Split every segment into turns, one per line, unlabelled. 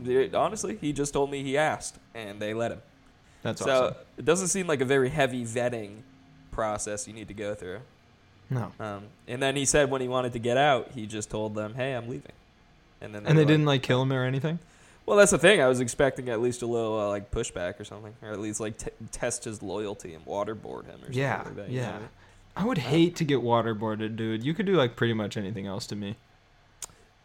They- honestly, he just told me he asked, and they let him.
That's
so
awesome.
it doesn't seem like a very heavy vetting process you need to go through.
No.
Um, and then he said when he wanted to get out, he just told them, "Hey, I'm leaving." And then
And
were
they
like-
didn't like kill him or anything.
Well, that's the thing. I was expecting at least a little uh, like pushback or something, or at least like t- test his loyalty and waterboard him or something
Yeah,
like that. you know
yeah.
what I mean?
I would hate to get waterboarded, dude. You could do like pretty much anything else to me.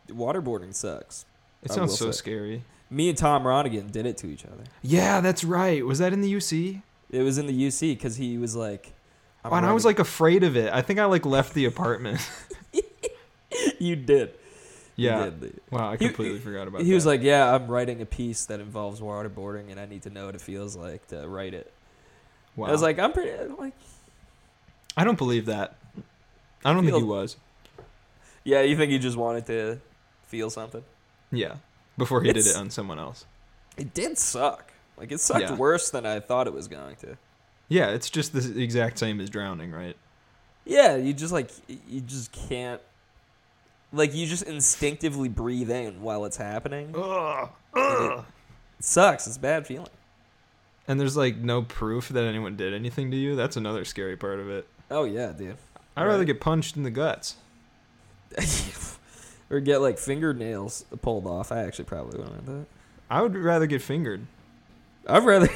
Waterboarding sucks.
It
I
sounds
will
so
say.
scary.
Me and Tom Ronigan did it to each other.
Yeah, that's right. Was that in the UC?
It was in the UC because he was like, I'm
Oh, and I was
running-
like afraid of it. I think I like left the apartment.
you did. You
yeah.
did.
Wow, I
He-
completely forgot about
he
that.
was like, "Yeah, I'm writing a piece that involves waterboarding, and I need to know what it feels like to write it."
wow.
I was like, "I'm pretty like,
I don't believe that. I don't think he
Feel-
was.
yeah." You think he just wanted to feel something?
Yeah. Before he did it
It's-
on someone else.
It did suck. Like it sucked
Yeah.
worse than I thought it was going to.
Yeah, it's just the exact same as drowning, right?
Yeah, you just like you just can't. Like you just instinctively breathe in while it's happening.
Ugh.
It sucks. It's a bad feeling.
And there's like no proof that anyone did anything to you. That's another scary part of it.
Oh yeah, dude.
I'd rather
Right.
get punched in the guts.
or get like fingernails pulled off. I actually probably wouldn't want that.
I would rather get fingered.
I'd rather.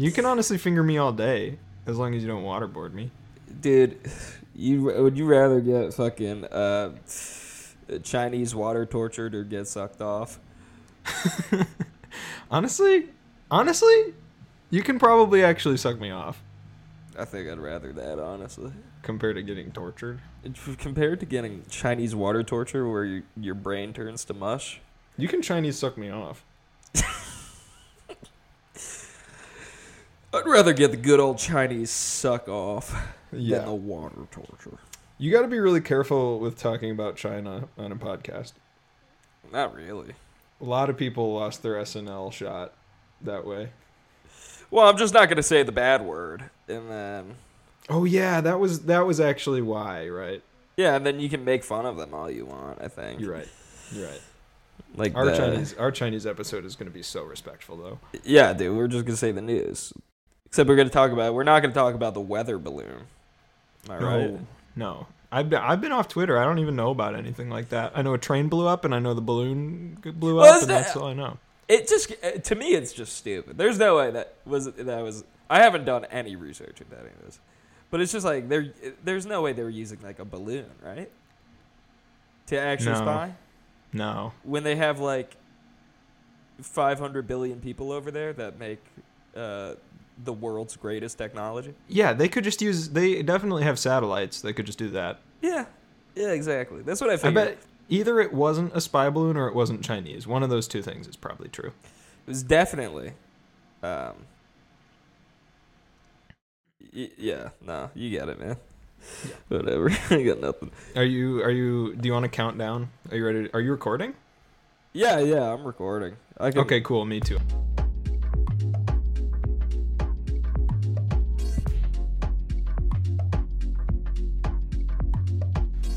You can honestly finger me all day as long as you don't waterboard me.
Dude, you would you rather get fucking uh, Chinese water tortured or get sucked off?
Honestly, honestly, you can probably actually suck me off
I think I'd rather that, honestly.
compared to getting tortured.
If- Compared to getting Chinese water torture, where your your brain turns to mush.
You can Chinese suck me off.
I'd rather get the good old Chinese suck off than the
Yeah.
water torture.
You got to be really careful with talking about China on a podcast.
Not really.
A lot of people lost their SNL shot that way.
Well, I'm just not gonna say the bad word, and then
Oh yeah, that was that was actually why, right?
yeah, and then you can make fun of them all you want. I think
You're right. You're right.
Like
Our
the-
Chinese our Chinese episode is going to be so respectful though.
Yeah, dude, we're just gonna say the news. Except we're gonna talk about we're not gonna talk about the weather balloon. Am I right?
No, no. I've been, I've been off Twitter. I don't even know about anything like that. I know a train blew up, and I know the balloon g- blew
Well,
up,
that's
and
the-
that's all I know.
It just uh, to me it's just stupid. There's no way that was that was I haven't done any research into any of this. But it's just like there there's no way they were using like a balloon, right? To actually
No.
spy
No,
when they have like 500 billion people over there that make uh, the world's greatest technology.
yeah, they could just use. They definitely have satellites. They could just do that.
Yeah. Yeah, exactly. That's what I
I
figured.
bet either it wasn't a spy balloon or it wasn't Chinese. One of those two things is probably true.
It was definitely. Um, y- yeah, no, you get it, man. Whatever, I got nothing.
Are you? Are you? Do you want to count down? Are you ready? Are you recording?
Yeah, yeah, I'm recording. I can,
Okay, cool. Me too.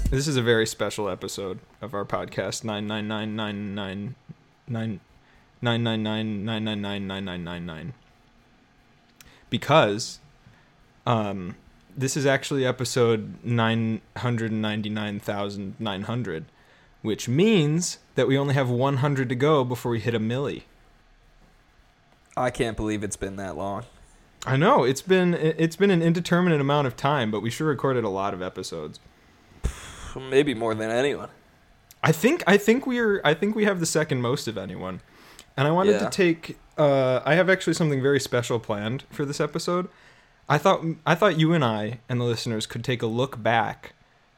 This is a very special episode of our podcast. Nine nine nine nine nine nine nine nine nine nine nine nine nine nine nine nine. Because, um, this is actually episode nine hundred ninety nine thousand nine hundred which means that we only have 100 to go before we hit a milli.
I can't believe it's been that long.
I know it's been it's been an indeterminate amount of time, but we sure recorded a lot of episodes.
Maybe more than anyone.
I think I think we are I think we have the second most of anyone, and I wanted
Yeah.
to take. Uh, I have actually something very special planned for this episode. I thought I thought you and I and the listeners could take a look back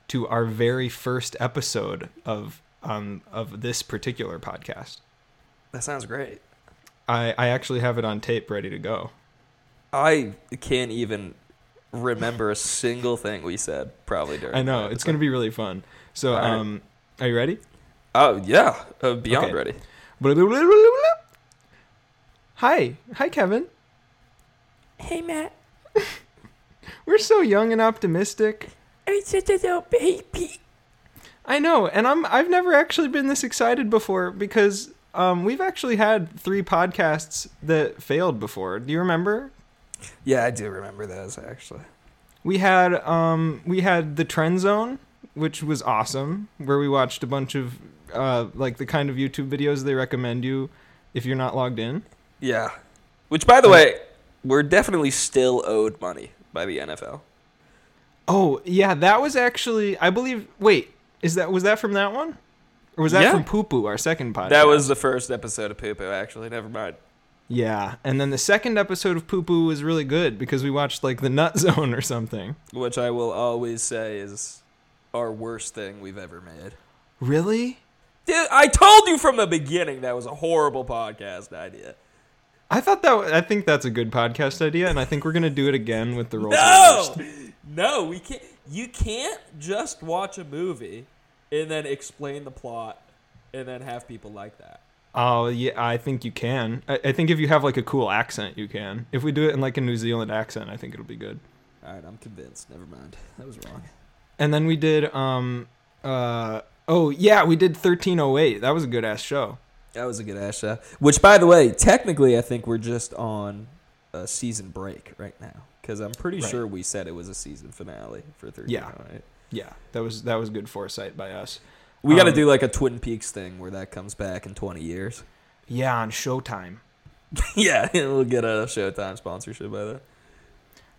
to our very first episode of um, of this particular podcast.
That sounds great.
I, I actually have it on tape ready to go.
I can't even remember a single thing we said probably during.
I know it's going to be really fun. So,
Alright.
um, are you ready?
Oh yeah, uh, beyond
Okay.
ready.
Hi, hi, Kevin.
Hey Matt,
We're so young and optimistic.
I'm such a little baby.
I know, and I'm I've never actually been this excited before because um, we've actually had three podcasts that failed before. Do you remember?
Yeah, I do remember those actually.
We had um, we had the Trend Zone, which was awesome, where we watched a bunch of uh, like the kind of YouTube videos they recommend you if you're not logged in.
Yeah. Which, by the way, we're definitely still owed money by the NFL.
Oh yeah, that was actually I believe. Wait, is that was that from that one, or was that
Yeah.
from Poo Poo, our second podcast?
That was the first episode of Poo Poo, actually. Never mind.
yeah. And then the second episode of Poo Poo was really good because we watched like the Nut Zone or something.
Which I will always say is our worst thing we've ever made.
Really?
Dude, I told you from the beginning that was a horrible podcast idea.
I thought that wa- I think that's a good podcast idea, and I think we're gonna do it again with the roll.
No, no, we can't. You can't just watch a movie and then explain the plot and then have people like that.
Oh yeah, I think you can. I, I think if you have like a cool accent, you can. If we do it in like a New Zealand accent, I think it'll be good.
All right, I'm convinced. Never mind. That was wrong.
And then we did um uh oh yeah, we did thirteen oh eight. That was a good ass show.
That was a good ass show. Which, by the way, technically, I think we're just on a season break right now because I'm pretty
Right.
sure we said it was a season finale for 13.
Yeah.
right?
Yeah, that was that was good foresight by us.
We got to
Um,
do like a Twin Peaks thing where that comes back in 20 years.
Yeah, on Showtime.
yeah, we'll get a Showtime sponsorship by that.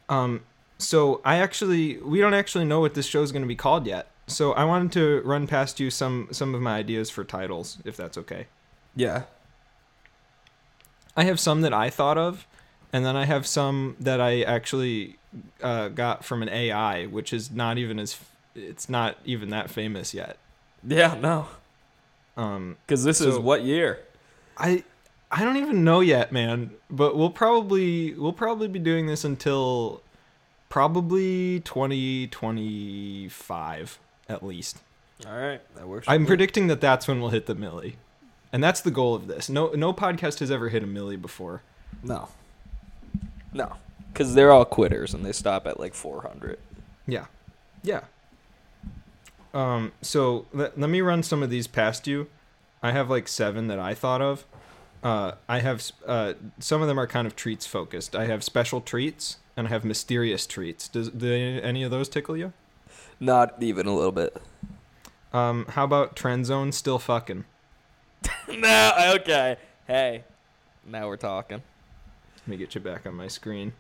Um, so I actually we don't actually know what this show's going to be called yet. So I wanted to run past you some some of my ideas for titles, if that's okay.
Yeah.
I have some that I thought of, and then I have some that I actually uh, got from an AI, which is not even as it's not even that famous yet.
Yeah, no.
Um,
Because this is
So-
what year?
I I don't even know yet, man. But we'll probably we'll probably be doing this until probably twenty twenty five at least.
All right, that works.
I'm predicting that that's when we'll hit the milli, and that's the goal of this. No no podcast has ever hit a milli before.
no, no, because they're all quitters and they stop at like 400.
Yeah. Yeah. Um, so let, let me run some of these past you. I have like seven that I thought of. Uh, I have s- uh, some of them are kind of treats focused. I have special treats and I have mysterious treats. Does do any, any of those tickle you?
Not even a little bit.
Um, how about trend zone still fucking?
no, okay. Hey, now we're talking.
Let me get you back on my screen.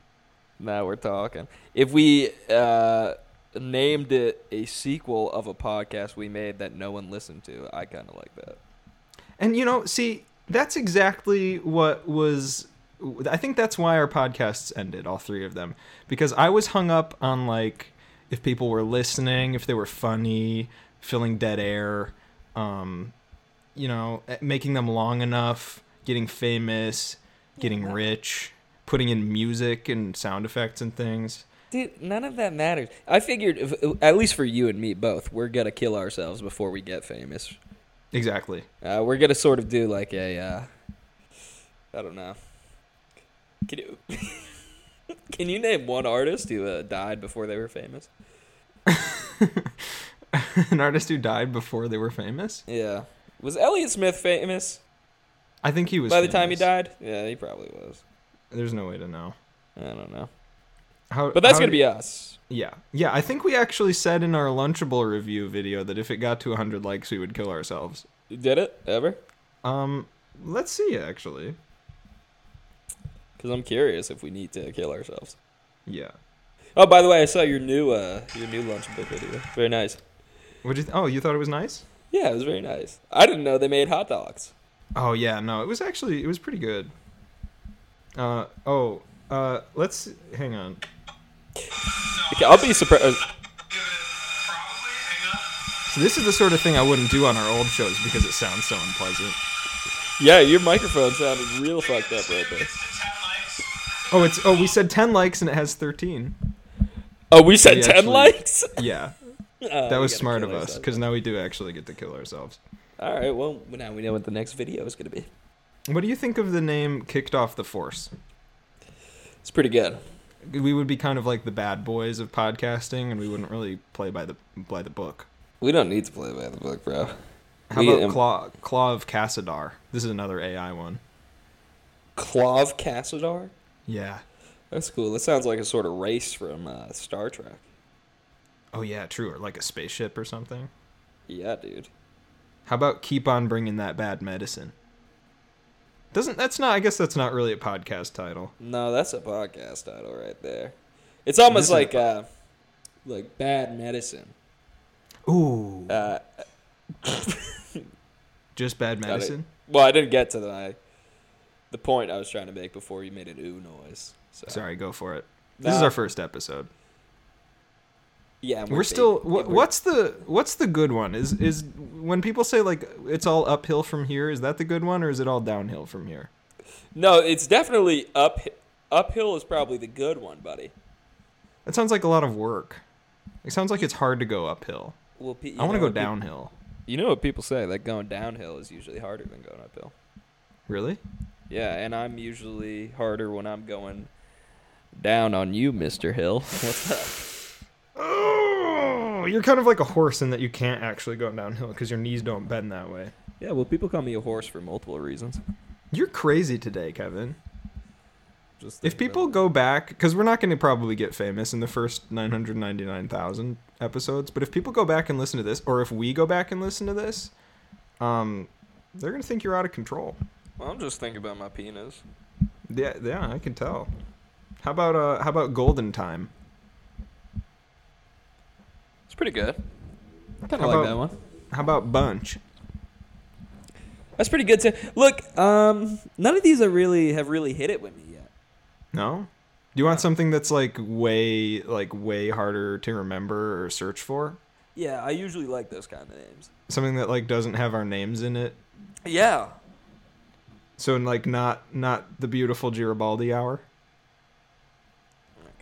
Now we're talking. If we uh, named it a sequel of a podcast we made that no one listened to, I kind of like that.
And you know, see, that's exactly what was. I think that's why our podcasts ended, all three of them, because I was hung up on like if people were listening, if they were funny, filling dead air, um, you know, eh, making them long enough, getting famous, getting rich, putting in music and sound effects and things.
Dude, none of that matters. I figured, if, at least for you and me both, we're going to kill ourselves before we get famous.
Exactly.
Uh, we're gonna sort of do like a, uh, I don't know. Can you can you name one artist who uh, died before they were famous?
An artist who died before they were famous.
Yeah, was Elliott Smith famous
I think he was.
by the time he
famous.
died? Yeah, he probably was.
there's no way to know.
I don't know,
How,
but that's
how
gonna
do-
be us.
Yeah. Yeah, I think we actually said in our Lunchable review video that if it got to 100 likes, we would kill ourselves.
Did it ever?
Um, let's see actually.
Because I'm curious if we need to kill ourselves.
Yeah.
Oh, by the way, I saw your new uh, your new lunchable video. Very nice.
What you th- Oh, you thought it was nice?
Yeah, it was very nice. I didn't know they made hot dogs.
Oh, yeah, no. It was actually it was pretty good. Uh oh, uh let's hang on.
Okay, I'll be uh, surprised.
So this is the sort of thing I wouldn't do on our old shows because it sounds so unpleasant.
Yeah, your microphone sounded real fucked up right there.
Oh, it's oh, we said 10 likes and it has 13.
Oh, we said
We
10
actually-
likes? Oh,
Yeah. That was smart of us cuz now we do actually get to kill ourselves.
All right, well, now we know what the next video is going to be.
What do you think of the name Kicked Off the Force?
It's pretty good.
we would be kind of like the bad boys of podcasting and we wouldn't really play by the by the book
We don't need to play by the book, bro.
How
We-
about
um,
Claw Claw of Cassadar? This is another AI one.
Clav Cassadar?
Yeah.
That's cool. That sounds like a sort of race from uh, Star Trek.
Oh yeah, true. Or like a spaceship or something.
Yeah, dude.
How about keep on bringing that bad medicine? Doesn't that's not? I guess that's not really a podcast title.
No, that's a podcast title right there. It's almost
This
like
is a
uh, like bad medicine.
Ooh,
Uh,
just bad
it.
medicine.
well, I didn't get to the uh, the point I was trying to make before you made an ooh noise. So.
Sorry, go for it. This is
Nah.
our first episode.
Yeah, and
We're still.
big-
What,
we're-
what's the what's the good one? Is is when people say like it's all uphill from here? Is that the good one or is it all downhill from here?
No, it's definitely up. Uphill is probably the good one, buddy.
That sounds like a lot of work. It sounds like it's hard to go uphill.
Well, pe- you
I want to
know
go
what peop-
downhill.
you know what people say that going downhill is usually harder than going uphill.
Really?
Yeah, and I'm usually harder when I'm going down on you, Mister Hill. What's up?
Oh, you're kind of like a horse in that you can't actually go downhill because your knees don't bend that way.
Yeah, well, people call me a horse for multiple reasons.
You're crazy today, Kevin.
Just
If
think
people
about
go back, because we're not going to probably get famous in the first 999,000 episodes, but if people go back and listen to this, or if we go back and listen to this, um, they're going to think you're out of control.
it. I'm just thinking about my penis.
Yeah, yeah, I can tell. How about uh, how about Golden Time?
It's pretty good. I kind
How
of like
about-
that one.
How about Bunch?
That's pretty good too. Look, um, none of these are really have really hit it with me yet.
No. Do you want something that's like way like way harder to remember or search for?
Yeah, I usually like those kind of names.
Something that like doesn't have our names in it.
Yeah.
So like not not the beautiful Giribaldi hour.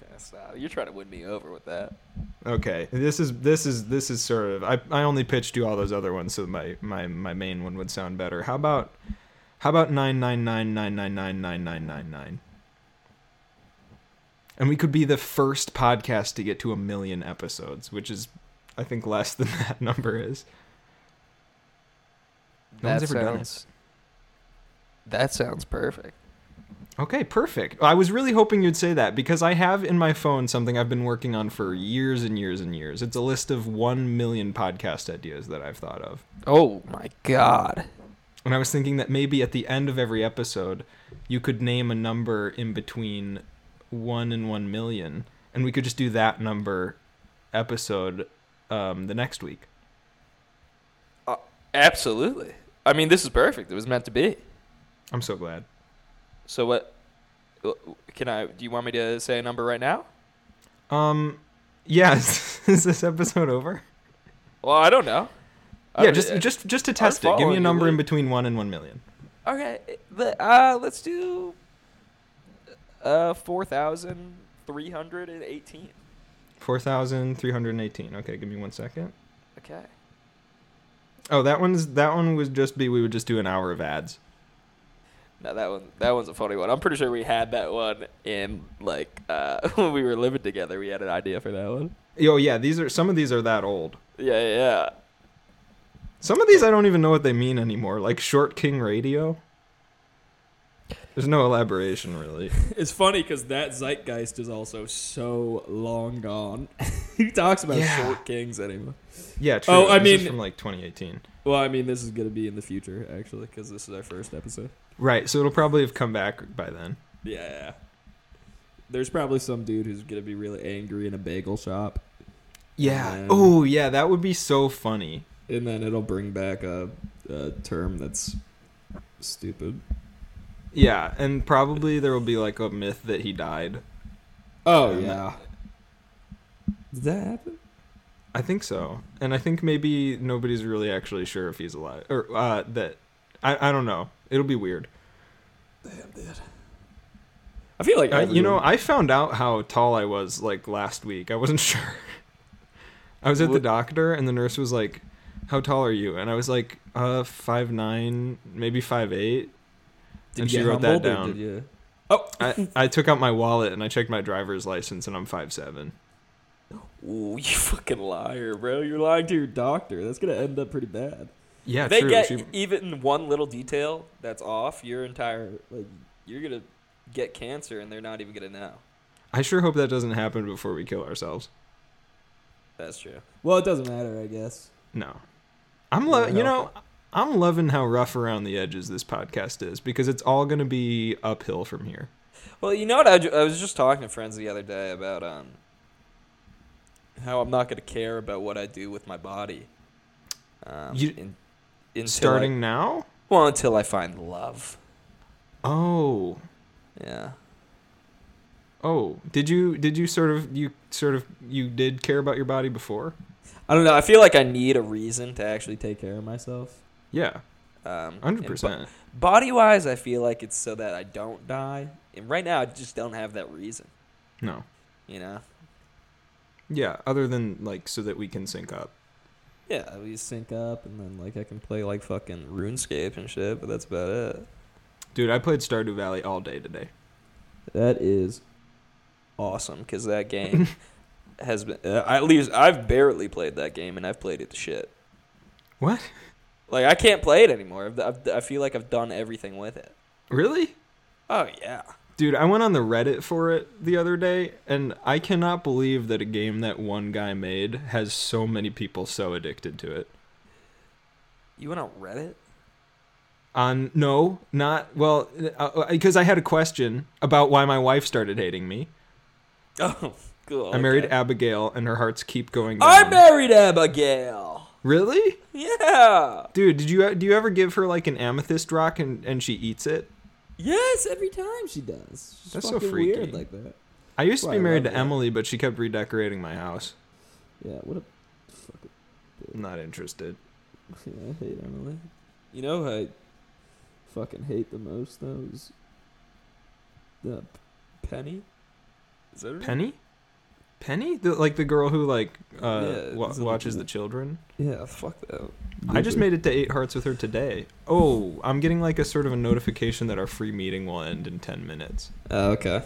Okay, so you're trying to win me over with that.
Okay, this is this is this is sort of I, I only pitched you all those other ones, so my my my main one would sound better. How about how about nine nine nine nine nine nine nine nine nine nine? And we could be the first podcast to get to a million episodes, which is I think less than that number is. No one's ever done it.
That sounds perfect.
Okay, perfect. I was really hoping you'd say that because I have in my phone something I've been working on for years and years and years. It's a list of 1 million podcast ideas that I've thought of.
Oh my god.
And I was thinking that maybe at the end of every episode, you could name a number in between one and one million, and we could just do that number episode um, the next week.
Uh, absolutely. I mean, this is perfect. It was meant to be.
I'm so glad.
So what? Can I? Do you want me to say a number right now?
Um, yeah, is, is this episode over?
Well, I don't know. I
yeah,
don't-
just just just to test it. Give me
following
a
Uh, you,
number in
Luke.
between one and one million.
okay. the- Uh, let's do uh four thousand three hundred and eighteen.
Four thousand three hundred eighteen. Okay, give me one second.
Okay.
Oh, that one's that one would just be we would just do an hour of ads.
Now that one, that one's a funny one. I'm pretty sure we had that one in like uh when we were living together. We had an idea for that one.
Oh yeah, these are some of these are that old.
Yeah, yeah, yeah.
Some of these I don't even know what they mean anymore, like Short King Radio. There's no elaboration really.
It's funny because that zeitgeist is also so long gone. Who talks about
Yeah.
short kings anymore?
Yeah, true.
Oh, I
This is
mean-
from like 2018.
Well, I mean, this is going to be in the future, actually, because this is our first episode.
Right, so it'll probably have come back by then.
Yeah. There's probably some dude who's going to be really angry in a bagel shop,
Yeah.
Yeah.
Oh, yeah, that would be so funny.
and then it'll bring back a, a term that's stupid.
Yeah, and probably there will be like a myth that he died.
Oh,
Um,
yeah. Did that happen?
I think so. And I think maybe nobody's really actually sure if he's alive or uh that I I don't know. It'll be weird.
I feel like
Uh, you know,
everyone-
I found out how tall I was like last week. I wasn't sure. I was at the
What-
doctor, and the nurse was like, "How tall are you?" And I was like, "Uh, five nine, maybe five eight.
did
and
you
she
get
wrote that
humbled or
down.
Did you?
I I took out my wallet and I checked my driver's license, and I'm five seven.
Ooh, you fucking liar, bro. You're lying to your doctor. That's gonna end up pretty bad.
Yeah,
If they
true.
get
she-
even one little detail that's off, your entire like you're gonna get cancer and they're not even gonna know.
I sure hope that doesn't happen before we kill ourselves.
That's true. Well, it doesn't matter, I guess.
No. I'm
Really
lo- you know,
helpful.
I'm loving how rough around the edges this podcast is because it's all going to be uphill from here.
Well, you know what? I, ju- I was just talking to friends the other day about um how I'm not gonna care about what I do with my body. Um,
You-
in, until I-
Starting now?
well until I find love.
Oh.
Yeah.
Oh, did you did you sort of you sort of you did care about your body before?
I don't know. I feel like I need a reason to actually take care of myself.
Yeah,
Um,
hundred
and
percent.
bo- body wise, I feel like it's so that I don't die. And right now, I just don't have that reason.
No.
You know?
Yeah, other than like so that we can sync up.
Yeah, we sync up, and then like I can play like fucking RuneScape and shit. But that's about it.
Dude, I played Stardew Valley all day today.
That is awesome because that game has been. Uh, at least I've barely played that game, and I've played it to shit.
What?
Like I can't play it anymore. I've, I've, I feel like I've done everything with it.
Really?
Oh yeah.
Dude, I went on the Reddit for it the other day and I cannot believe that a game that one guy made has so many people so addicted to it.
You went on Reddit?
On no, not well, because I had a question about why my wife started hating me.
Oh, cool.
I married
okay.
Abigail, and her hearts keep going.
I
down.
married Abigail.
Really,
Yeah.
dude? Did you uh, do you ever give her like an amethyst rock and and she eats it?
Yes, every time she does. She's
That's so
fucking
freaky.
weird like that.
I used to
Well,
be
I
married to
love that.
Emily, but she kept redecorating my house.
Yeah, what a fucking
I'm not interested.
yeah, I hate Emily. You know who I fucking hate the most though is the Penny. Is that her?
Penny, Penny, the, like the girl who like uh,
Yeah,
wa-
it's a-
watches the children.
Yeah, fuck that.
I just
Loser.
made it to eight hearts with her today. Oh, I'm getting like a sort of a notification that our free meeting will end in ten minutes.
Oh, okay.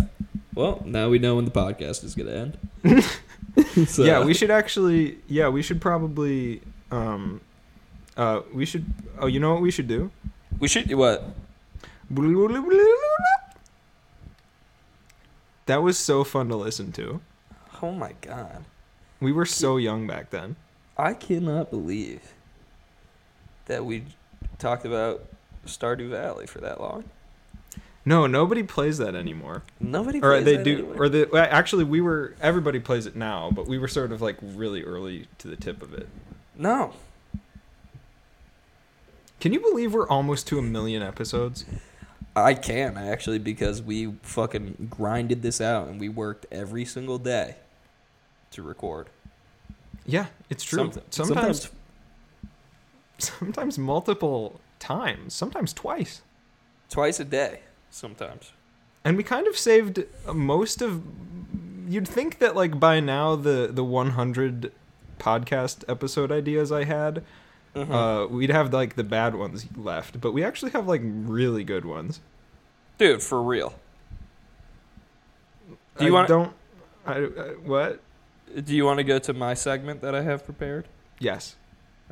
Well, now we know when the podcast is gonna end. so,
Yeah, we should actually. Yeah, we should probably. Um, uh, we should. Oh, you know what we should do?
we should what?
That was so fun to listen to.
Oh my god.
We were so young back then.
I cannot believe that we talked about Stardew Valley for that long.
No, nobody plays that anymore.
Nobody
Or
plays
they
that
do.
anymore.
Or the well, actually, we were. Everybody plays it now, but we were sort of like really early to the tip of it.
no.
Can you believe we're almost to a million episodes?
I can actually because we fucking grinded this out and we worked every single day to record.
Yeah, it's true.
Some-
sometimes, sometimes, multiple times. Sometimes twice.
twice a day. Sometimes.
And we kind of saved uh, most of. You'd think that like by now the the 100 podcast episode ideas I had,
Mm-hmm.
uh, we'd have like the bad ones left, but we actually have like really good ones.
Dude, for real. Do you
I
want-
Don't. I, I what?
Do you want to go to my segment that I have prepared?
Yes.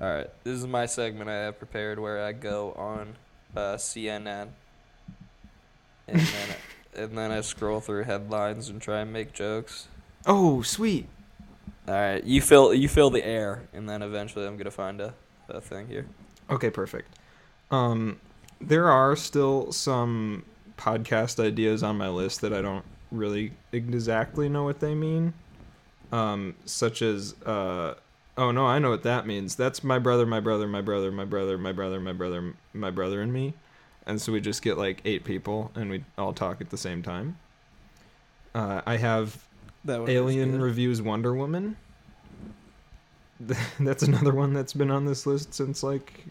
All right. This is my segment I have prepared where I go on uh, CNN and then and then I scroll through headlines and try and make jokes.
Oh, sweet.
All right, you fill you fill the air and then eventually I'm going to find a, a thing here.
Okay, perfect. Um, there are still some podcast ideas on my list that I don't really exactly know what they mean. Um, such as, uh, oh no, I know what that means. That's my brother, my brother, my brother, my brother, my brother, my brother, my brother, and me. And so we just get like eight people and we all talk at the same time. Uh, I have
That one
Alien reviews Wonder Woman. Th- That's another one that's been on this list since like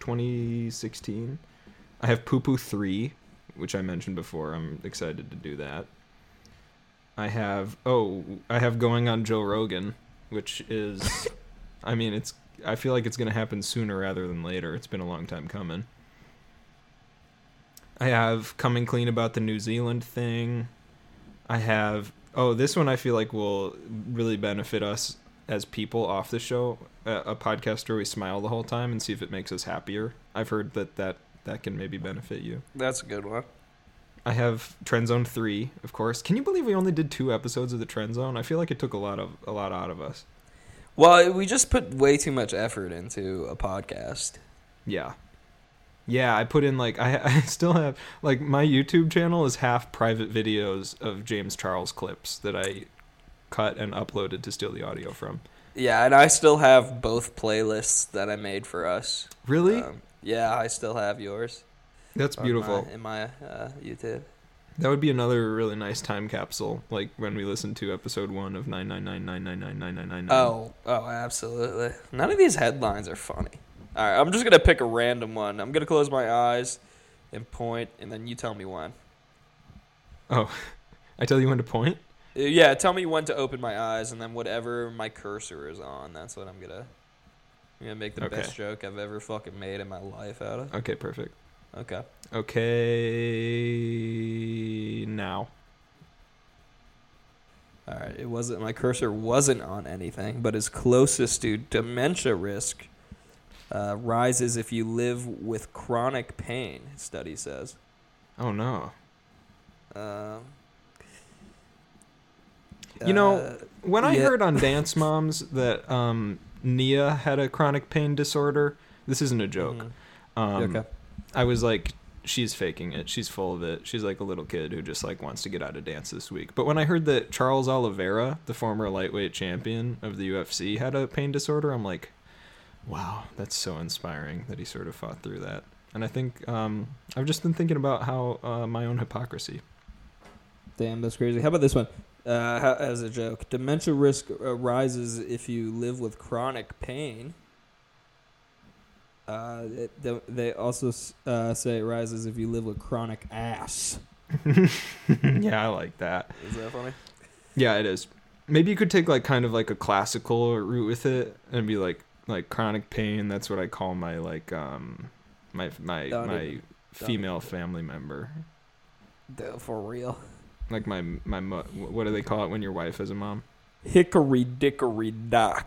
2016. I have Poo Poo 3, which I mentioned before. I'm excited to do that. I have oh, I have going on Joe Rogan, which is I mean, it's I feel like it's going to happen sooner rather than later. It's been a long time coming. I have coming clean about the New Zealand thing. I have Oh, this one I feel like will really benefit us as people off the show. Uh, a podcast where we smile the whole time and see if it makes us happier. I've heard that that that can maybe benefit you.
That's a good one.
I have Trend Zone three, of course. Can you believe we only did two episodes of the Trend Zone? I feel like it took a lot of a lot out of us.
Well, we just put way too much effort into a podcast.
Yeah. Yeah, I put in like I, I still have like my YouTube channel is half private videos of James Charles clips that I cut and uploaded to steal the audio from.
Yeah, and I still have both playlists that I made for us.
Really?
Um, yeah, I still have yours.
That's
on
beautiful.
my- in my uh, YouTube.
That would be another really nice time capsule, like when we listen to episode one of nine nine nine nine nine nine nine nine nine.
Oh, oh, absolutely. None of these headlines are funny. All right, I'm just gonna pick a random one. I'm gonna close my eyes and point, and then you tell me when.
Oh, I tell you when to point.
Uh, Yeah, tell me when to open my eyes, and then whatever my cursor is on, that's what I'm gonna. I'm gonna make the
Okay.
best joke I've ever fucking made in my life out of.
Okay, perfect.
Okay.
Okay, now.
All right. It wasn't my cursor wasn't on anything, but is closest to dementia risk uh, rises if you live with chronic pain. Study says.
Oh no.
Um,
You know,
uh,
When I
Yeah.
heard on Dance Moms that um, Nia had a chronic pain disorder, this isn't a joke.
mhm.
Um,
okay.
I was like, she's faking it. She's full of it. She's like a little kid who just like wants to get out of dance this week. But when I heard that Charles Oliveira, the former lightweight champion of the UFC, had a pain disorder, I'm like, wow, that's so inspiring that he sort of fought through that. And I think um, I've just been thinking about how uh, my own hypocrisy.
Damn, that's crazy. How about this one? Uh, ho- as a joke, dementia risk uh, rises if you live with chronic pain. Uh, it- they- they also s- uh, say it rises if you live with chronic ass.
yeah, I like that.
Is that funny?
Yeah, it is. Maybe you could take like kind of like a classical route with it and be like like chronic pain. That's what I call my like um my my
Don't
my
even-
female family member.
Duh, for real.
Like my my mo- what do they call it when your wife is a mom?
Hickory dickory dock.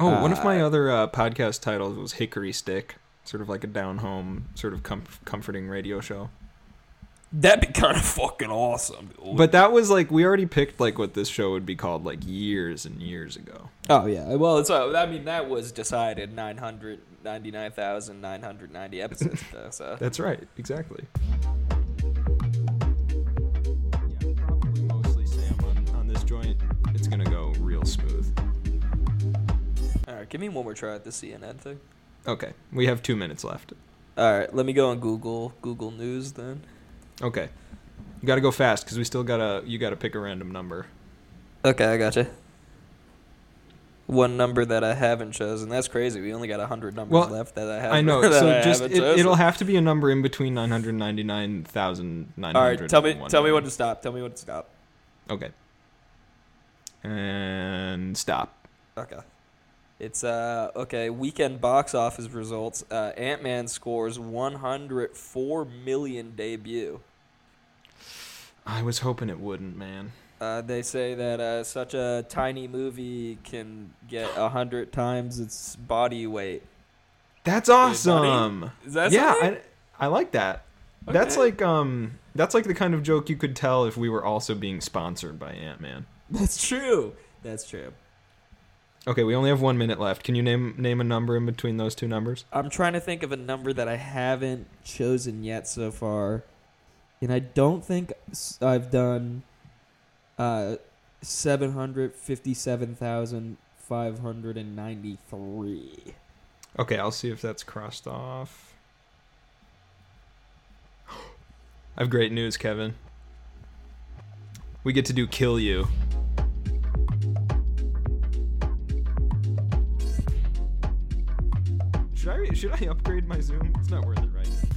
Oh, one of my
Uh,
other uh, podcast titles was Hickory Stick, sort of like a down home sort of com- comforting radio show.
That'd be kind of fucking awesome. dude.
But that was like we already picked like what this show would be called like years and years ago.
oh yeah, well, it's uh, I mean that was decided nine hundred ninety nine thousand nine hundred ninety episodes ago. So
That's right, exactly. Yeah, probably mostly Sam on, on this joint. It's gonna go real smooth.
all right, give me one more try at the CNN thing.
Okay, we have two minutes left.
All right, let me go on Google Google News then.
Okay, you gotta go fast because we still gotta you gotta pick a random number.
Okay, I gotcha. One number that I haven't chosen. That's crazy. We only got hundred numbers
Well,
left that I haven't.
I know,
that
so
I
just
haven't
it,
chosen.
it'll have to be a number in between nine hundred ninety nine thousand nine
All
hundred.
right, tell me, tell me when to stop. Tell me when to stop.
Okay. And stop.
Okay. It's uh okay. Weekend box office results. Uh, Ant Man scores 104 million debut.
I was hoping it wouldn't, man.
Uh, they say that uh, such a tiny movie can get a hundred times its body weight.
That's
buddy.
awesome.
Is that
yeah,
something?
I, I like that. That's
Okay.
like um that's like the kind of joke you could tell if we were also being sponsored by Ant Man.
That's true. That's true.
Okay, we only have one minute left. Can you name name a number in between those two numbers?
I'm trying to think of a number that I haven't chosen yet so far, and I don't think s- I've done uh, seven hundred fifty-seven thousand five hundred and ninety-three.
Okay, I'll see if that's crossed off. I have great news, Kevin. We get to do kill you. Should I should I upgrade my Zoom? It's not worth it right now.